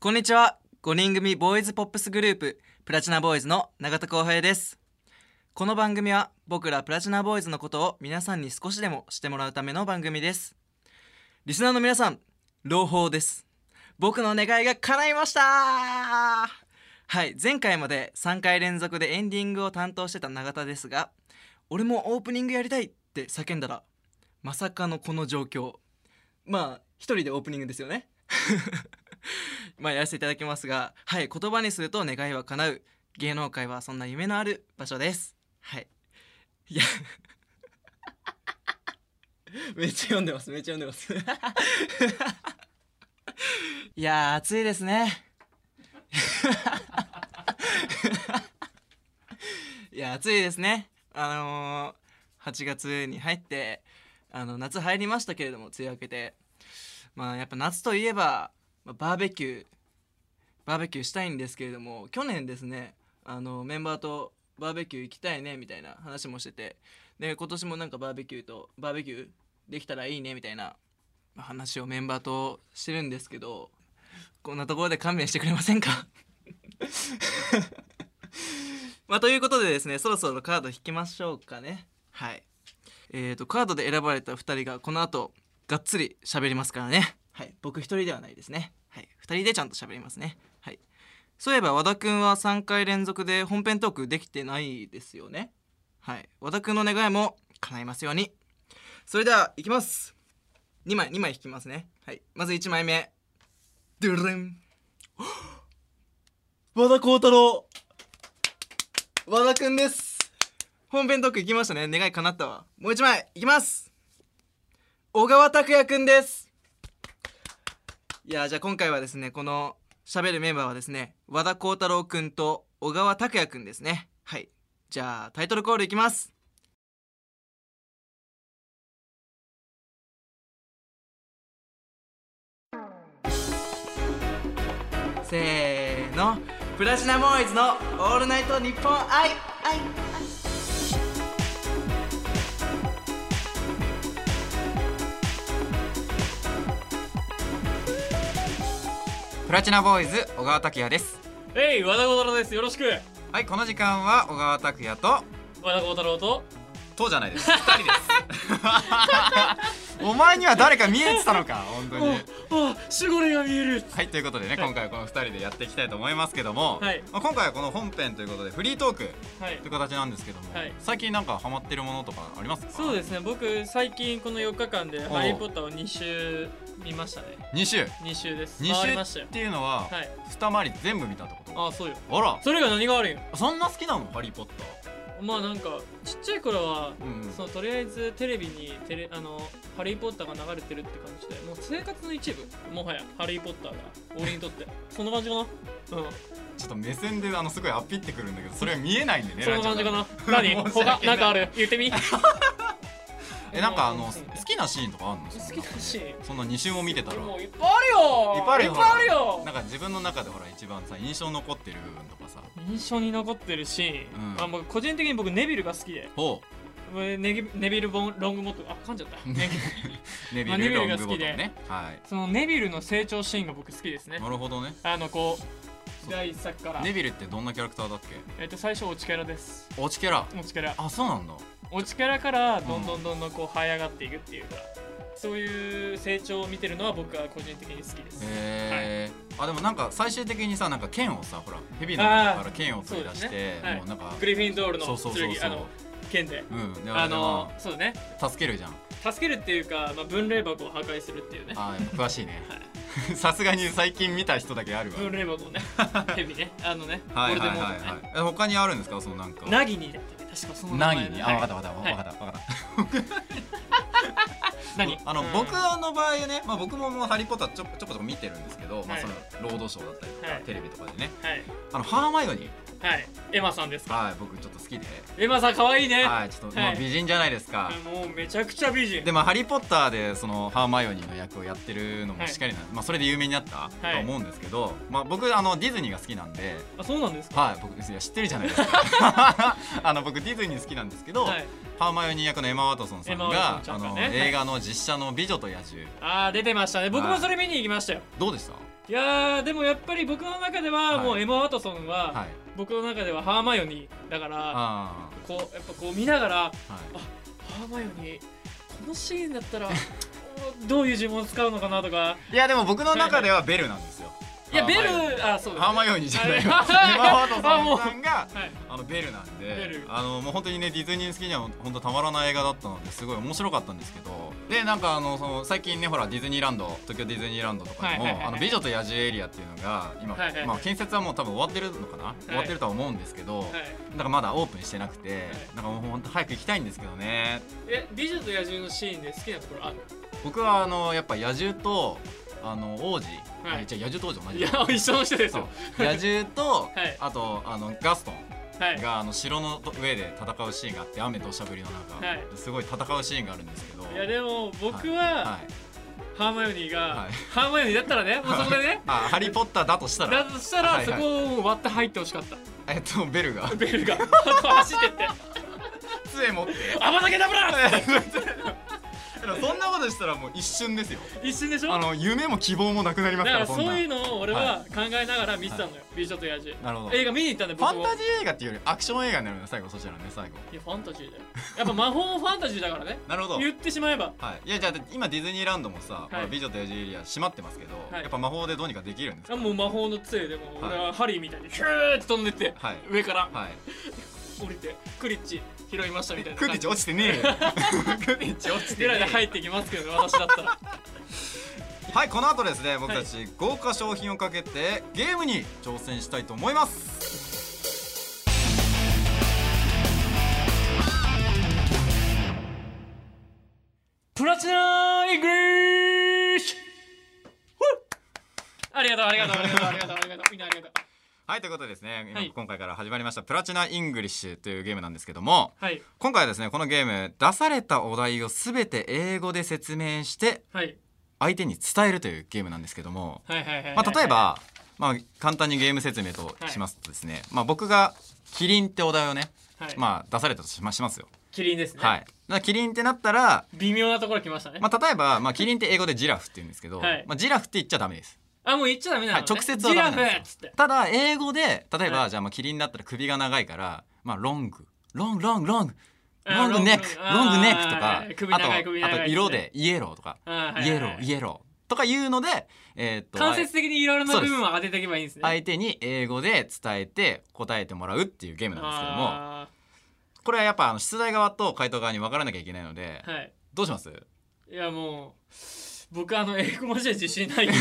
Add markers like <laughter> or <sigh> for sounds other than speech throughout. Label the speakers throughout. Speaker 1: こんにちは5人組ボーイズポップスグループプラチナボーイズの永田光平ですこの番組は僕らプラチナボーイズのことを皆さんに少しでもしてもらうための番組ですリスナーの皆さん朗報です僕の願いが叶いましたはい前回まで3回連続でエンディングを担当してた永田ですが俺もオープニングやりたいって叫んだらまさかのこの状況まあ一人でオープニングですよね <laughs> まあやらせていただきますがはい言葉にすると願いは叶う芸能界はそんな夢のある場所ですはいいや <laughs> めっちゃ読んでますめっちゃ読んでます <laughs> いやー暑いですね <laughs> いや暑いですねあのー、8月に入ってあの夏入りましたけれども梅雨明けてまあやっぱ夏といえば、まあバーベキューバーベキューしたいんですけれども去年ですねあのメンバーとバーベキュー行きたいねみたいな話もしててで今年もなんかバーベキューとバーベキューできたらいいねみたいなまあ話をメンバーとしてるんですけどこんなところで勘弁してくれませんか <laughs> まあということでですねそろそろカード引きましょうかねはいえー、とカードで選ばれた2人がこの後がっつり喋りますからねはい僕1人ではないですねはい2人でちゃんと喋りますねはいそういえば和田くんは3回連続で本編トークできてないですよねはい和田くんの願いも叶いますようにそれではいきます2枚2枚引きますねはいまず1枚目ドゥルルン和田幸太郎和田くんです本編トーク行きましたね願い叶ったわもう一枚いきます小川拓也くんですいやーじゃあ今回はですねこの喋るメンバーはですね和田幸太郎くんと小川拓也くんですねはいじゃあタイトルコールいきますせーのプラチナボーイズの「オールナイトニッポン愛」愛
Speaker 2: プラチナボーイズ小川拓也です
Speaker 3: えい和田幸太郎ですよろしく
Speaker 2: はいこの時間は小川拓也と
Speaker 3: 和田幸太郎と
Speaker 2: とじゃないです二人です <laughs> お前には誰か見えてたのか本当に
Speaker 3: あ守護霊が見える
Speaker 2: はいということでね今回はこの二人でやっていきたいと思いますけども、
Speaker 3: はい
Speaker 2: まあ、今回はこの本編ということでフリートーク
Speaker 3: はい
Speaker 2: という形なんですけども、
Speaker 3: はい
Speaker 2: 最近なんかハマってるものとかありますか
Speaker 3: そうですすね僕最近この4日間で「
Speaker 2: おう
Speaker 3: ハリー・ポッター」を2週見ましたね
Speaker 2: 2週
Speaker 3: 2週です
Speaker 2: 二
Speaker 3: 回りまし
Speaker 2: 週
Speaker 3: たよ
Speaker 2: っていうのは、
Speaker 3: はい
Speaker 2: 二回り全部見たってこと
Speaker 3: あそうよ
Speaker 2: あら
Speaker 3: それが何が悪いんよ
Speaker 2: そんな好きなのハリー・ポッタ
Speaker 3: まあなんかちっちゃい頃は
Speaker 2: ーうん
Speaker 3: そのとりあえずテレビにテレあの「ハリー・ポッター」が流れてるって感じでもう生活の一部もはや「ハリー・ポッター」が俺にと <laughs> ってそんな感じかなうん
Speaker 2: ちょっと目線であのすごいアピってくるんだけどそれは見えないんでね
Speaker 3: そんな感じかな
Speaker 2: <laughs>
Speaker 3: 何
Speaker 2: 申し訳な
Speaker 3: 他な
Speaker 2: い
Speaker 3: んかある言ってみ
Speaker 2: <laughs> えなんかあ
Speaker 3: <laughs>
Speaker 2: の
Speaker 3: 好
Speaker 2: 好きなシーンとかあるの
Speaker 3: きだし
Speaker 2: そんな2週も見てたらい
Speaker 3: も
Speaker 2: っ
Speaker 3: ういっぱいあるよ
Speaker 2: ぱいあ
Speaker 3: い
Speaker 2: るよ
Speaker 3: っぱいあるよ
Speaker 2: なんか自分の中でほら一番さ印象残ってる部分とかさ
Speaker 3: 印象に残ってるシーン、
Speaker 2: うん
Speaker 3: あ僕個人的に僕ネビルが好きで
Speaker 2: ほ
Speaker 3: ネギネビルボンロングボットあ噛んじゃった
Speaker 2: <laughs> う
Speaker 3: ネギ
Speaker 2: ネビ
Speaker 3: まあネビ
Speaker 2: ル・ロ
Speaker 3: ル
Speaker 2: ン
Speaker 3: が
Speaker 2: グ
Speaker 3: 好
Speaker 2: ボトム
Speaker 3: きで
Speaker 2: ねはい
Speaker 3: そのネビルの成長シーンが僕好きですね
Speaker 2: なるほどね
Speaker 3: あのこ
Speaker 2: そう
Speaker 3: う第一作から、
Speaker 2: ネビルってどんなキャラクターだっけ
Speaker 3: えっと最初落ちキャラです
Speaker 2: 落ちキャラ
Speaker 3: 落ちキャラ
Speaker 2: あそうなんだ
Speaker 3: 落ちキャラからどんどんどんどんこう這い上がっていくっていうか、そういう成長を見てるのは僕は個人的に好きです、
Speaker 2: へえあでもなんか最終的にさなんか剣をさほらヘビの中から剣を取り出し
Speaker 3: そうで
Speaker 2: て
Speaker 3: すねはい
Speaker 2: もうなんか
Speaker 3: グリフィンドールの
Speaker 2: そうそうそう
Speaker 3: 剣
Speaker 2: そ
Speaker 3: あ
Speaker 2: う
Speaker 3: の剣で
Speaker 2: うんで
Speaker 3: あ
Speaker 2: あれ
Speaker 3: の
Speaker 2: は
Speaker 3: そうだね
Speaker 2: 助けるじゃん
Speaker 3: 助けるっていうか、まあ、分霊箱を破壊するっていうね
Speaker 2: あー詳しい
Speaker 3: <laughs>
Speaker 2: ね <laughs> さすがに最近見た人だけあるわ
Speaker 3: 分霊
Speaker 2: <laughs>
Speaker 3: 箱をねヘビねあのね
Speaker 2: はいはいはい
Speaker 3: ボルデモート
Speaker 2: は
Speaker 3: ね
Speaker 2: いえ他にあるんですかそのなんか
Speaker 3: ナギニだったね確かその名
Speaker 2: 何
Speaker 3: 前
Speaker 2: に
Speaker 3: ね
Speaker 2: あ、わかった
Speaker 3: は
Speaker 2: わかったわ
Speaker 3: い
Speaker 2: かったわかった。
Speaker 3: い何
Speaker 2: あの、
Speaker 3: うん
Speaker 2: 僕の場合ね、まあ僕ももうハリーポッターちょちょこちょこ見てるんですけど、まあ
Speaker 3: はい
Speaker 2: そのロードショーだったりとか、
Speaker 3: はい
Speaker 2: テレビとかでね、
Speaker 3: はい
Speaker 2: あのハーマイオニー、
Speaker 3: はいエマさんですか
Speaker 2: はい僕ちょっと好きで、
Speaker 3: エマさん可愛いね
Speaker 2: はいちょっと、ま
Speaker 3: は
Speaker 2: あ
Speaker 3: い
Speaker 2: 美人じゃないですか。
Speaker 3: もうめちゃくちゃ美人
Speaker 2: でまあ、ハリー・ポッターでそのハーマイオニーの役をやってるのもしっかりなんで、まあ、それで有名になったと思うんですけど、まあ、僕あのディズニーが好きなんで、
Speaker 3: あそうなんですか
Speaker 2: はい、僕いや知ってるじゃないです
Speaker 3: <laughs>
Speaker 2: かあの僕ディズニー好きなんですけど、
Speaker 3: はい
Speaker 2: ハーマイオニー役のエマ・ワトソンさん
Speaker 3: エマワ
Speaker 2: が
Speaker 3: トソ
Speaker 2: あ
Speaker 3: ンちゃんが
Speaker 2: の
Speaker 3: ねはい
Speaker 2: 映画の実写の「美女と野獣
Speaker 3: あー出てましたね僕
Speaker 2: は
Speaker 3: も
Speaker 2: い
Speaker 3: それ見に行きましたよ」
Speaker 2: どうでした
Speaker 3: いやーでもやっぱり僕の中では
Speaker 2: はい
Speaker 3: もうエマ・ワトソンは、
Speaker 2: はい
Speaker 3: 僕の中ではハーマイオニーだから
Speaker 2: あ
Speaker 3: こうやっぱこう見ながらハ
Speaker 2: あは
Speaker 3: ー
Speaker 2: い
Speaker 3: マイオニーこのシーンだったら <laughs> おどういう呪文を使うのかなとか
Speaker 2: いやでも僕の中ではベルなんですよ
Speaker 3: いやベ
Speaker 2: ハーマイオニ
Speaker 3: ルあそう
Speaker 2: ー
Speaker 3: だ
Speaker 2: ハーマ
Speaker 3: イ
Speaker 2: イオニーじゃないよエマ・
Speaker 3: はい
Speaker 2: ワトソン
Speaker 3: あもう
Speaker 2: さんが
Speaker 3: はい
Speaker 2: あのベルなん
Speaker 3: ベ
Speaker 2: で
Speaker 3: ル
Speaker 2: あのもう本当にねディズニー好きには本当たまらない映画だったのですごい面白かったんですけどでなんかあのその最近ねほらディズニーランド東京ディズニーランドとかでも
Speaker 3: はいはいはいはい
Speaker 2: あの美女と野獣エリアっていうのが今、
Speaker 3: はいはいはい
Speaker 2: まあ、建設はもう多分終わってるのかな、終わってるとは思うんですけど、
Speaker 3: はい
Speaker 2: なんかまだオープンしてなくて、なんかもう本当早く行きたいんですけどね
Speaker 3: え美女と野獣のシーンで好きなところある
Speaker 2: 僕はあのやっぱ野獣とあの王子、
Speaker 3: はい
Speaker 2: あじゃあ野獣と王子同
Speaker 3: い
Speaker 2: じ
Speaker 3: や
Speaker 2: だ
Speaker 3: 一緒の人です
Speaker 2: そう
Speaker 3: よ
Speaker 2: 野獣と、
Speaker 3: <laughs> はい
Speaker 2: あとあのガストン
Speaker 3: はい
Speaker 2: があの城の上で戦うシーンがあって雨としゃぶりの中、
Speaker 3: はい
Speaker 2: すごい戦うシーンがあるんですけど
Speaker 3: いやでも僕は、
Speaker 2: はい、
Speaker 3: ハーマイオニーが、
Speaker 2: はい
Speaker 3: ハーマイオニーだったらねもうそこでね
Speaker 2: あハリー・ポッターだとした
Speaker 3: だ
Speaker 2: ら
Speaker 3: とした
Speaker 2: は
Speaker 3: ら
Speaker 2: い
Speaker 3: そ
Speaker 2: はい
Speaker 3: こをもう割って入ってほしかった、
Speaker 2: えっとベ
Speaker 3: <laughs>
Speaker 2: ルが
Speaker 3: ベルが走ってって
Speaker 2: 杖持って <laughs>
Speaker 3: 「甘酒ダブラ!」
Speaker 2: でもそんなことしたらもう一瞬ですよ
Speaker 3: 一瞬でしょ
Speaker 2: あの夢も希望もなくなりま
Speaker 3: だ
Speaker 2: す
Speaker 3: か
Speaker 2: かららそんな
Speaker 3: そういうのを俺は考えながら見てたのよ「美女と野獣
Speaker 2: なるほ」ど
Speaker 3: 映画見に行ったんで
Speaker 2: フ
Speaker 3: 僕
Speaker 2: ァン
Speaker 3: も
Speaker 2: タジー映画っていうよりアクション映画になるのよ最後そちらね最後
Speaker 3: いやファンタジーだよやっぱ魔法もファンタジーだからね
Speaker 2: なるほど
Speaker 3: 言ってしまえば
Speaker 2: はい、いやじゃあ今ディズニーランドもさ、まあ美女と野獣エリア閉まってますけど、
Speaker 3: はい
Speaker 2: やっぱ魔法でどうにかできるんです
Speaker 3: あ
Speaker 2: か
Speaker 3: もう魔法の杖でもう
Speaker 2: はい
Speaker 3: 俺はハリーみたいにヒューって飛んでって、
Speaker 2: はい
Speaker 3: 上から <laughs>
Speaker 2: はい
Speaker 3: 降りてクリッチ拾いましたみたいな
Speaker 2: クッティッチ落ちてねえ
Speaker 3: <laughs>
Speaker 2: よクッティッチ落ちて
Speaker 3: ぐらいで
Speaker 2: ねえ
Speaker 3: 入ってきますけど
Speaker 2: <laughs>
Speaker 3: ね私だったら
Speaker 2: はいこの後ですね僕たち豪華商品をかけてゲームに挑戦したいと思います
Speaker 3: プラチナイングリッシュありがとうありがとうありがとうありがとうありがとうみんなありがとう
Speaker 2: はいということでですね、今
Speaker 3: はい
Speaker 2: 今回から始まりました「プラチナ・イングリッシュ」というゲームなんですけども
Speaker 3: はい
Speaker 2: 今回はですねこのゲーム出されたお題を全て英語で説明して
Speaker 3: はい
Speaker 2: 相手に伝えるというゲームなんですけども
Speaker 3: はいはいはいはい
Speaker 2: まあ、例えば、まあ、簡単にゲーム説明としますとですね、まあ、僕がキリンってお題をね、
Speaker 3: はい
Speaker 2: まあ、出されたとしましますよ。
Speaker 3: キリンですね
Speaker 2: はい、だからキリンってなったら、
Speaker 3: 微妙なところ来ましたね
Speaker 2: まあ、例えば、まあ、キリンって英語でジラフって言うんですけど、
Speaker 3: はい
Speaker 2: まあ、ジラフって言っちゃダメです。
Speaker 3: あもう言っちゃダメなの
Speaker 2: はい
Speaker 3: ね、
Speaker 2: 直接はダメ
Speaker 3: ジ
Speaker 2: な
Speaker 3: ラ
Speaker 2: ん
Speaker 3: フ
Speaker 2: で
Speaker 3: っつ
Speaker 2: す
Speaker 3: って
Speaker 2: ただ英語で例えば、
Speaker 3: はい
Speaker 2: じゃあまあキリンだったら首が長いから、まあ、ロングロングロングロング
Speaker 3: あ
Speaker 2: ロングネック
Speaker 3: ロング
Speaker 2: ロングネッ
Speaker 3: あー
Speaker 2: クと
Speaker 3: 首
Speaker 2: かあ
Speaker 3: 長い首長い
Speaker 2: とあと色でイエローとか
Speaker 3: あーはい
Speaker 2: イエ
Speaker 3: はい
Speaker 2: ロ
Speaker 3: はい
Speaker 2: ーイエローとかいうので、えーっと
Speaker 3: 間接的にいろいろな部分を当てていけばいいんですね
Speaker 2: 相手に英語で伝えて答えてもらうっていうゲームなんですけども
Speaker 3: あ
Speaker 2: これはやっぱあの出題側と回答側に分からなきゃいけないので
Speaker 3: ーはい
Speaker 2: どうします
Speaker 3: いやもう僕あの英語文字は自信
Speaker 2: <laughs>
Speaker 3: ないんで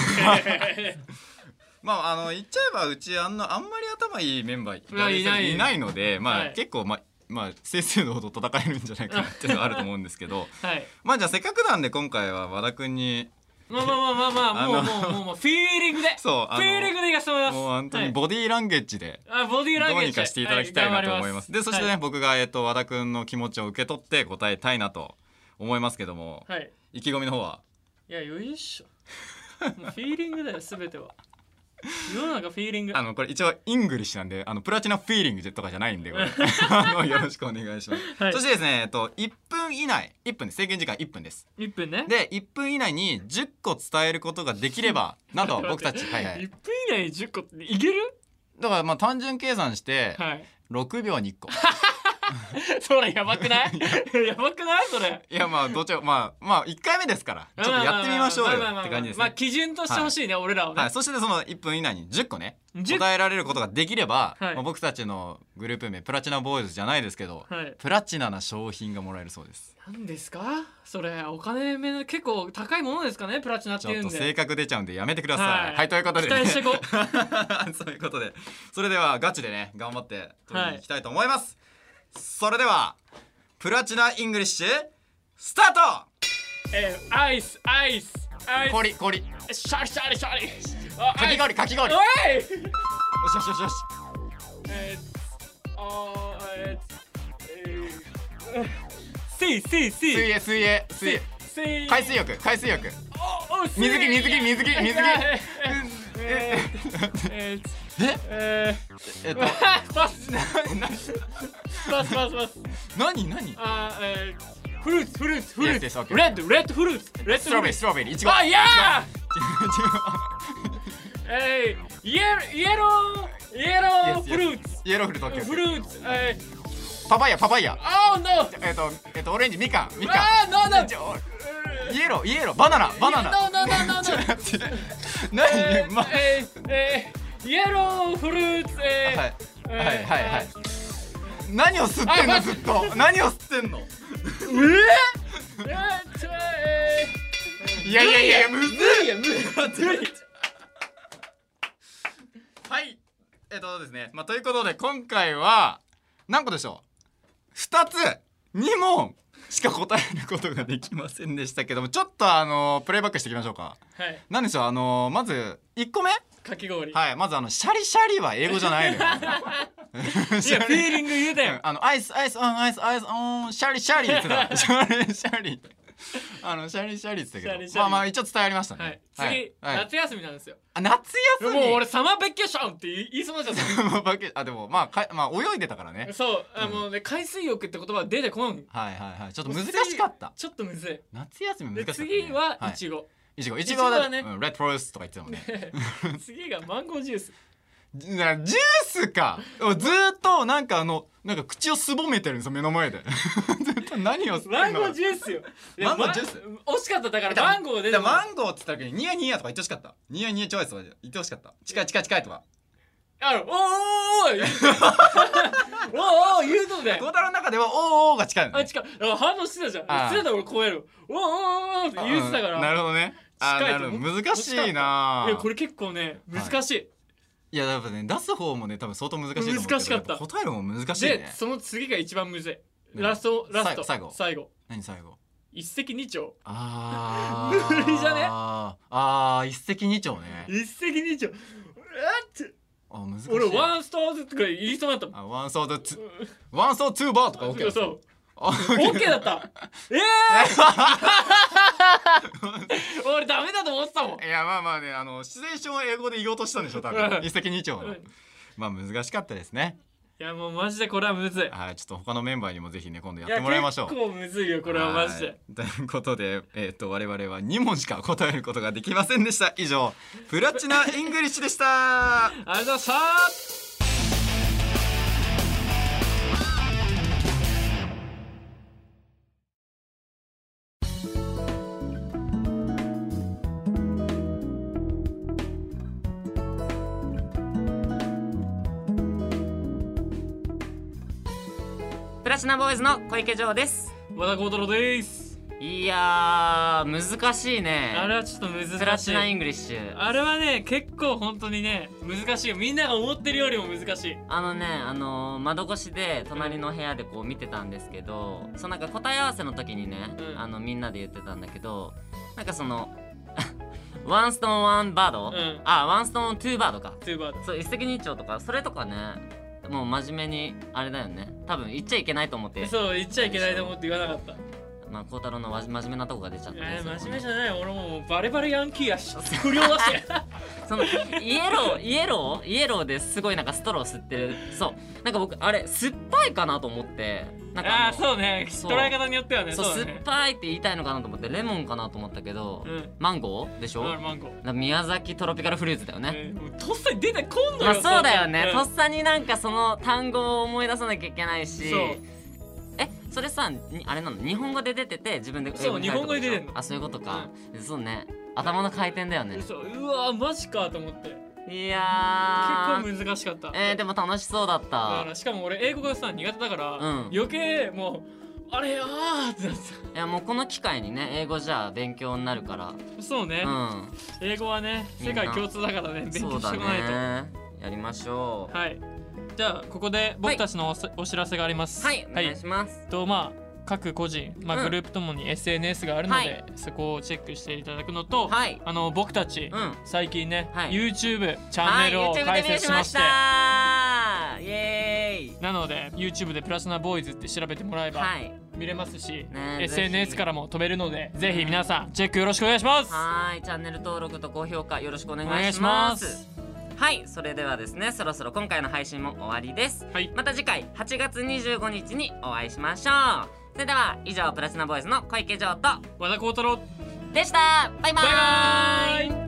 Speaker 2: まああの言っちゃえばうちあんなあんまり頭いいメンバー
Speaker 3: いやいない
Speaker 2: いないのでまあ、
Speaker 3: はい
Speaker 2: 結構まあまあ正々堂々と戦えるんじゃないかなっていうのはあると思うんですけど
Speaker 3: はい
Speaker 2: まあじゃあせっかくなんで今回は和田君に
Speaker 3: まあまあまあまあまあもうも
Speaker 2: あの
Speaker 3: うもうもうフィーリングで
Speaker 2: そうあ
Speaker 3: フィーリン
Speaker 2: の
Speaker 3: グでいかせてもらいます
Speaker 2: もう本当
Speaker 3: は
Speaker 2: に
Speaker 3: い
Speaker 2: ボディーランゲージで
Speaker 3: あボディーランゲ
Speaker 2: どう
Speaker 3: ージ
Speaker 2: にかしていただきたいなと思います。で、そしてね、
Speaker 3: は
Speaker 2: 僕がえっ、と和田くんの気持ちを受け取って答えたいなと思いますけども、
Speaker 3: はい、はい、
Speaker 2: 意気込みの方は。
Speaker 3: いやよいしょもうフィーリングだよ全ては世の中フィーリング
Speaker 2: あのこれ一応イングリッシュなんであのプラチナフィーリングとかじゃないんでこれ <laughs> あのよろしくお願いします、
Speaker 3: はい
Speaker 2: そしてですねえっと1分以内1分です制限時間1分です
Speaker 3: 1分ね
Speaker 2: で1分以内に10個伝えることができればなんと僕たちはいはい
Speaker 3: <laughs> 1分以内に10個っていける
Speaker 2: だからまあ単純計算して
Speaker 3: はい
Speaker 2: 6秒に1個
Speaker 3: <laughs> それやばくない <laughs> やばくないそれ
Speaker 2: いやまあどちらまあまあ1回目ですからちょっとやってみましょうよって感じです
Speaker 3: まあ
Speaker 2: ね
Speaker 3: 基準としてほしいね、俺らをね、
Speaker 2: はい、そしてその1分以内に10個ね
Speaker 3: 10
Speaker 2: 答えられることができれば、
Speaker 3: はい
Speaker 2: まあ僕たちのグループ名プラチナボーイズじゃないですけど、
Speaker 3: はい
Speaker 2: プラチナな商品がもらえるそうです
Speaker 3: なんですかそれお金めの結構高いものですかねプラチナっ
Speaker 2: ち
Speaker 3: てい
Speaker 2: ょ
Speaker 3: う
Speaker 2: っ
Speaker 3: ん
Speaker 2: と
Speaker 3: で
Speaker 2: 性格出ちゃうんでやめてください
Speaker 3: は
Speaker 2: はいい、ということで、
Speaker 3: 期待してこ
Speaker 2: <laughs> そういうことでそれではガチでね頑張って取りに行きたいと思います、それではプラチナイングリッシュスター
Speaker 3: えーアイスアイスアイ
Speaker 2: ト
Speaker 3: ス
Speaker 2: 氷氷
Speaker 3: シャリシャリシャリあ
Speaker 2: かき氷かき氷
Speaker 3: ア
Speaker 2: よ
Speaker 3: イスおい
Speaker 2: しよしよしよし
Speaker 3: えーあーえーえーせいせいせい
Speaker 2: 水泳水泳水泳
Speaker 3: せい
Speaker 2: 海水浴海水浴
Speaker 3: おお
Speaker 2: 水着水着水着水着
Speaker 3: えー
Speaker 2: え
Speaker 3: えーえー
Speaker 2: え
Speaker 3: え
Speaker 2: え
Speaker 3: ー
Speaker 2: っ <laughs> と
Speaker 3: パスパスパスパス
Speaker 2: 何何
Speaker 3: あーえーフルーツフルーツフル
Speaker 2: Yes, yes,
Speaker 3: ーツ
Speaker 2: okay.
Speaker 3: レッドレッドフルーツレッド
Speaker 2: ストロベリーストロベリーいちご
Speaker 3: あいやー
Speaker 2: 違
Speaker 3: え
Speaker 2: う違
Speaker 3: ー、イエイエローイエロー
Speaker 2: Yes,
Speaker 3: フ
Speaker 2: yes.
Speaker 3: ルーツ
Speaker 2: <laughs> イエローフルーツ OK
Speaker 3: フルーツえー、
Speaker 2: パパイヤパパイヤ
Speaker 3: Oh no!
Speaker 2: えっとえっとオレンジみかんみかん
Speaker 3: Ah no no!
Speaker 2: じゃあイエローイエローバナナバナナ
Speaker 3: No no no
Speaker 2: <laughs>
Speaker 3: no
Speaker 2: ちょ
Speaker 3: no!
Speaker 2: っと待って何
Speaker 3: えー
Speaker 2: ま
Speaker 3: えーえーイエローフルーツえー
Speaker 2: はい
Speaker 3: え
Speaker 2: はいは
Speaker 3: ー
Speaker 2: いはい何を吸ってん
Speaker 3: あ
Speaker 2: の
Speaker 3: 待
Speaker 2: ず
Speaker 3: っ
Speaker 2: っと何を吸ってんの
Speaker 3: えーちょえ
Speaker 2: いやいやいやむず
Speaker 3: ー
Speaker 2: い
Speaker 3: いや無理無
Speaker 2: <laughs>
Speaker 3: 理
Speaker 2: はいえっとですねまあということで今回は何個でしょう2つ2問しか答えることができませんでしたけどもちょっとあのプレイバックしていきましょう
Speaker 3: は
Speaker 2: か
Speaker 3: い
Speaker 2: 何でしょうあのまず1個目
Speaker 3: かき氷
Speaker 2: はいまずあのシャリシャリは英語じゃないのよ
Speaker 3: <laughs> いやフィーリング言うたよ
Speaker 2: あのアイスアイスオンアイスアイスオンシャリシャリって言って
Speaker 3: <laughs>
Speaker 2: たシャリシャリあのシャリシャリって言ってた
Speaker 3: シャ
Speaker 2: け
Speaker 3: リ
Speaker 2: ど
Speaker 3: シャリ
Speaker 2: まあまあ一応伝わりました
Speaker 3: はい
Speaker 2: ね
Speaker 3: 次
Speaker 2: はいはい
Speaker 3: 夏休みなんですよ
Speaker 2: あ夏
Speaker 3: も
Speaker 2: 休
Speaker 3: う
Speaker 2: み
Speaker 3: 俺サマーベッケーションって言い言いそうになっちゃっ
Speaker 2: <laughs> もうバケあでもまあかまあ泳いでたからね <laughs>
Speaker 3: たそうあのね海水浴って言葉は出てこん
Speaker 2: はいはいはいちょっと難しかった
Speaker 3: ちょっとむずい
Speaker 2: 夏休み難
Speaker 3: で
Speaker 2: しかったね、
Speaker 3: 次はいいち
Speaker 2: <laughs>
Speaker 3: ご
Speaker 2: いちごいちごだね
Speaker 3: いちごは
Speaker 2: レッドフロースとか言ってたも
Speaker 3: <laughs>
Speaker 2: んね
Speaker 3: 次がマンゴージュース
Speaker 2: じだからジュースかずーっとなんかあのなんか口をすぼめてるんですよ目の前で <laughs> ずっと何をす
Speaker 3: マンゴージュースよいや
Speaker 2: マンゴージュース
Speaker 3: ま惜しかっただからマンゴーで
Speaker 2: だからマンゴーって言った時にニヤニヤとか言ってほしかったニヤニヤチョイスとか言ってほしかった近い近い近いとか
Speaker 3: あのおーおーおー <laughs> おーおー言うとだよ
Speaker 2: 孝太郎の中ではおーおーが近いの
Speaker 3: あ
Speaker 2: ね
Speaker 3: 近いあ反応してたじゃん
Speaker 2: あー
Speaker 3: 言ってた俺怖えるおーおーおーって言ってたか
Speaker 2: うんな
Speaker 3: ら
Speaker 2: るほどねあ
Speaker 3: 近い
Speaker 2: ー
Speaker 3: と
Speaker 2: なるほど難しいない
Speaker 3: やこれ結構ね難しい
Speaker 2: いややっぱね出す方もね多分相当難しいと思うけど
Speaker 3: 難しかった
Speaker 2: やぱ答える方も難しい
Speaker 3: で
Speaker 2: ね
Speaker 3: その次が一番むずい
Speaker 2: うん
Speaker 3: ラストラスト
Speaker 2: 最後
Speaker 3: 最後
Speaker 2: 何
Speaker 3: <laughs>
Speaker 2: 最後
Speaker 3: 一石二鳥
Speaker 2: あ
Speaker 3: 無理じゃね
Speaker 2: あー一石二鳥ね
Speaker 3: 一石二鳥うわって
Speaker 2: あ難しい
Speaker 3: 俺ワンストーズとか言いそうになったもん
Speaker 2: あワンソードツワンソードツーバーとか OK だった
Speaker 3: そう
Speaker 2: あ OK
Speaker 3: オッケーだ <laughs> ったええー、俺ダメだと思ってたもん
Speaker 2: <laughs> いやまあまあねあのシチュエーションを英語で言おうとしたんでしょ多
Speaker 3: う
Speaker 2: 分
Speaker 3: ん
Speaker 2: 一石二鳥
Speaker 3: う
Speaker 2: の
Speaker 3: ん
Speaker 2: まあ難しかったですね
Speaker 3: いやもうマジでこれはむずい
Speaker 2: はいちょっと他のメンバーにもぜひね今度やってもらいましょう
Speaker 3: や結構むずいよこれはマジで
Speaker 2: いということで、えっと我々は2問しか答えることができませんでした以上プラチナ・イングリッシュでした
Speaker 3: ありがとうございました
Speaker 4: プラチナボーイズの小池城です
Speaker 3: 和田幸太郎です
Speaker 4: いやー難しい
Speaker 3: あれ
Speaker 4: ね
Speaker 3: はちょっと難しい
Speaker 4: プラチナイングリッシュ
Speaker 3: あれはね結構本当にね難しいよみんなが思ってるよりも難しい
Speaker 4: あのねあのー窓越しで隣の部屋でこう見てたんですけどそのなんか答え合わせの時にね、
Speaker 3: うん
Speaker 4: あのみんなで言ってたんだけどなんかその <laughs> ワンストーンワンバード、
Speaker 3: ん
Speaker 4: あワンストーンツーバードか
Speaker 3: トゥーバード
Speaker 4: そう一石二鳥とかそれとかねもう真面目にあれだよね多分言っちゃいけないと思って
Speaker 3: そう言っちゃいけないと思って言わなかった
Speaker 4: まあ孝太郎のわ真面目なとこが出ちゃったん
Speaker 3: い
Speaker 4: です
Speaker 3: や
Speaker 4: よ
Speaker 3: 真面目じゃない俺もうバレバレヤンキーやし不良だし
Speaker 4: <laughs> そのイエローイエローイエローですごいなんかストロー吸ってるそうなんか僕あれ酸っぱいかなと思ってなんか
Speaker 3: あ
Speaker 4: あ
Speaker 3: あ
Speaker 4: の
Speaker 3: そうね
Speaker 4: そう
Speaker 3: 捉え方によってはね
Speaker 4: そう
Speaker 3: そうだ
Speaker 4: 酸っ
Speaker 3: ね
Speaker 4: ぱいって言いたいのかなと思ってレモンかなと思ったけど、
Speaker 3: うん
Speaker 4: マンゴーでしょ、
Speaker 3: うんマンゴー
Speaker 4: だから宮崎トロピカルフルーツだよね、
Speaker 3: うんもうとっさに出てこんの
Speaker 4: ま
Speaker 3: よ
Speaker 4: あそうだよね、
Speaker 3: ん
Speaker 4: とっさになんかその単語を思い出さなきゃいけないし
Speaker 3: そう
Speaker 4: えそれさにあれなの日本語で出てて自分で
Speaker 3: そう
Speaker 4: 英に書い
Speaker 3: 日
Speaker 4: て
Speaker 3: 本語で出
Speaker 4: るってことし
Speaker 3: てんの
Speaker 4: ょあそういうことか、そうね頭の回転だよね
Speaker 3: そううわーマジかと思って結
Speaker 4: いやー
Speaker 3: 構難しかった
Speaker 4: えー、でも楽しそうだっ
Speaker 3: だ
Speaker 4: た
Speaker 3: からしかも俺英語がさ苦手だから、
Speaker 4: うん
Speaker 3: 余計もうあれあーってなっ
Speaker 4: いやもうこの機会にね英語じゃ勉強になるから
Speaker 3: たそうね、
Speaker 4: う
Speaker 3: 英語はね
Speaker 4: み
Speaker 3: 世
Speaker 4: んな
Speaker 3: 界共通だからね
Speaker 4: ん
Speaker 3: 勉強
Speaker 4: そう
Speaker 3: し
Speaker 4: だ
Speaker 3: てこないと、
Speaker 4: ねやりましょう
Speaker 3: はいじゃあここで僕たちのおさお知らせがあります
Speaker 4: はいお
Speaker 3: はい
Speaker 4: 願いします
Speaker 3: とまあ各個人、まあ
Speaker 4: うん
Speaker 3: グループともに SNS があるので、
Speaker 4: はい
Speaker 3: そこをチェックしていただくのと、
Speaker 4: はい
Speaker 3: あの僕たち、
Speaker 4: うん
Speaker 3: 最近ね、
Speaker 4: はい
Speaker 3: YouTube チャン
Speaker 4: は
Speaker 3: ネ
Speaker 4: い
Speaker 3: ルを
Speaker 4: YouTube
Speaker 3: 開
Speaker 4: デビュ
Speaker 3: 設
Speaker 4: ーし
Speaker 3: しま
Speaker 4: ま
Speaker 3: し、
Speaker 4: してたイエーイ
Speaker 3: なので YouTube で「プラチナボーイズ」って調べてもらえば、
Speaker 4: はい
Speaker 3: 見れますし、
Speaker 4: ねえ
Speaker 3: SNS
Speaker 4: ぜひ
Speaker 3: からも飛べるのでぜひ皆さんチェックよろしくお願いします
Speaker 4: はーいチャンネル登録と高評価よろしくお願
Speaker 3: お願い
Speaker 4: い
Speaker 3: し
Speaker 4: し
Speaker 3: ま
Speaker 4: ますすはいそれではですねそろそろ今回の配信も終わりです
Speaker 3: はい
Speaker 4: また次回8月25日にお会いしましょうそれでは以上プラチナボーイズの小池城と
Speaker 3: 和田幸太郎
Speaker 4: でしたバイバ
Speaker 3: バイ
Speaker 4: ー
Speaker 3: バーイ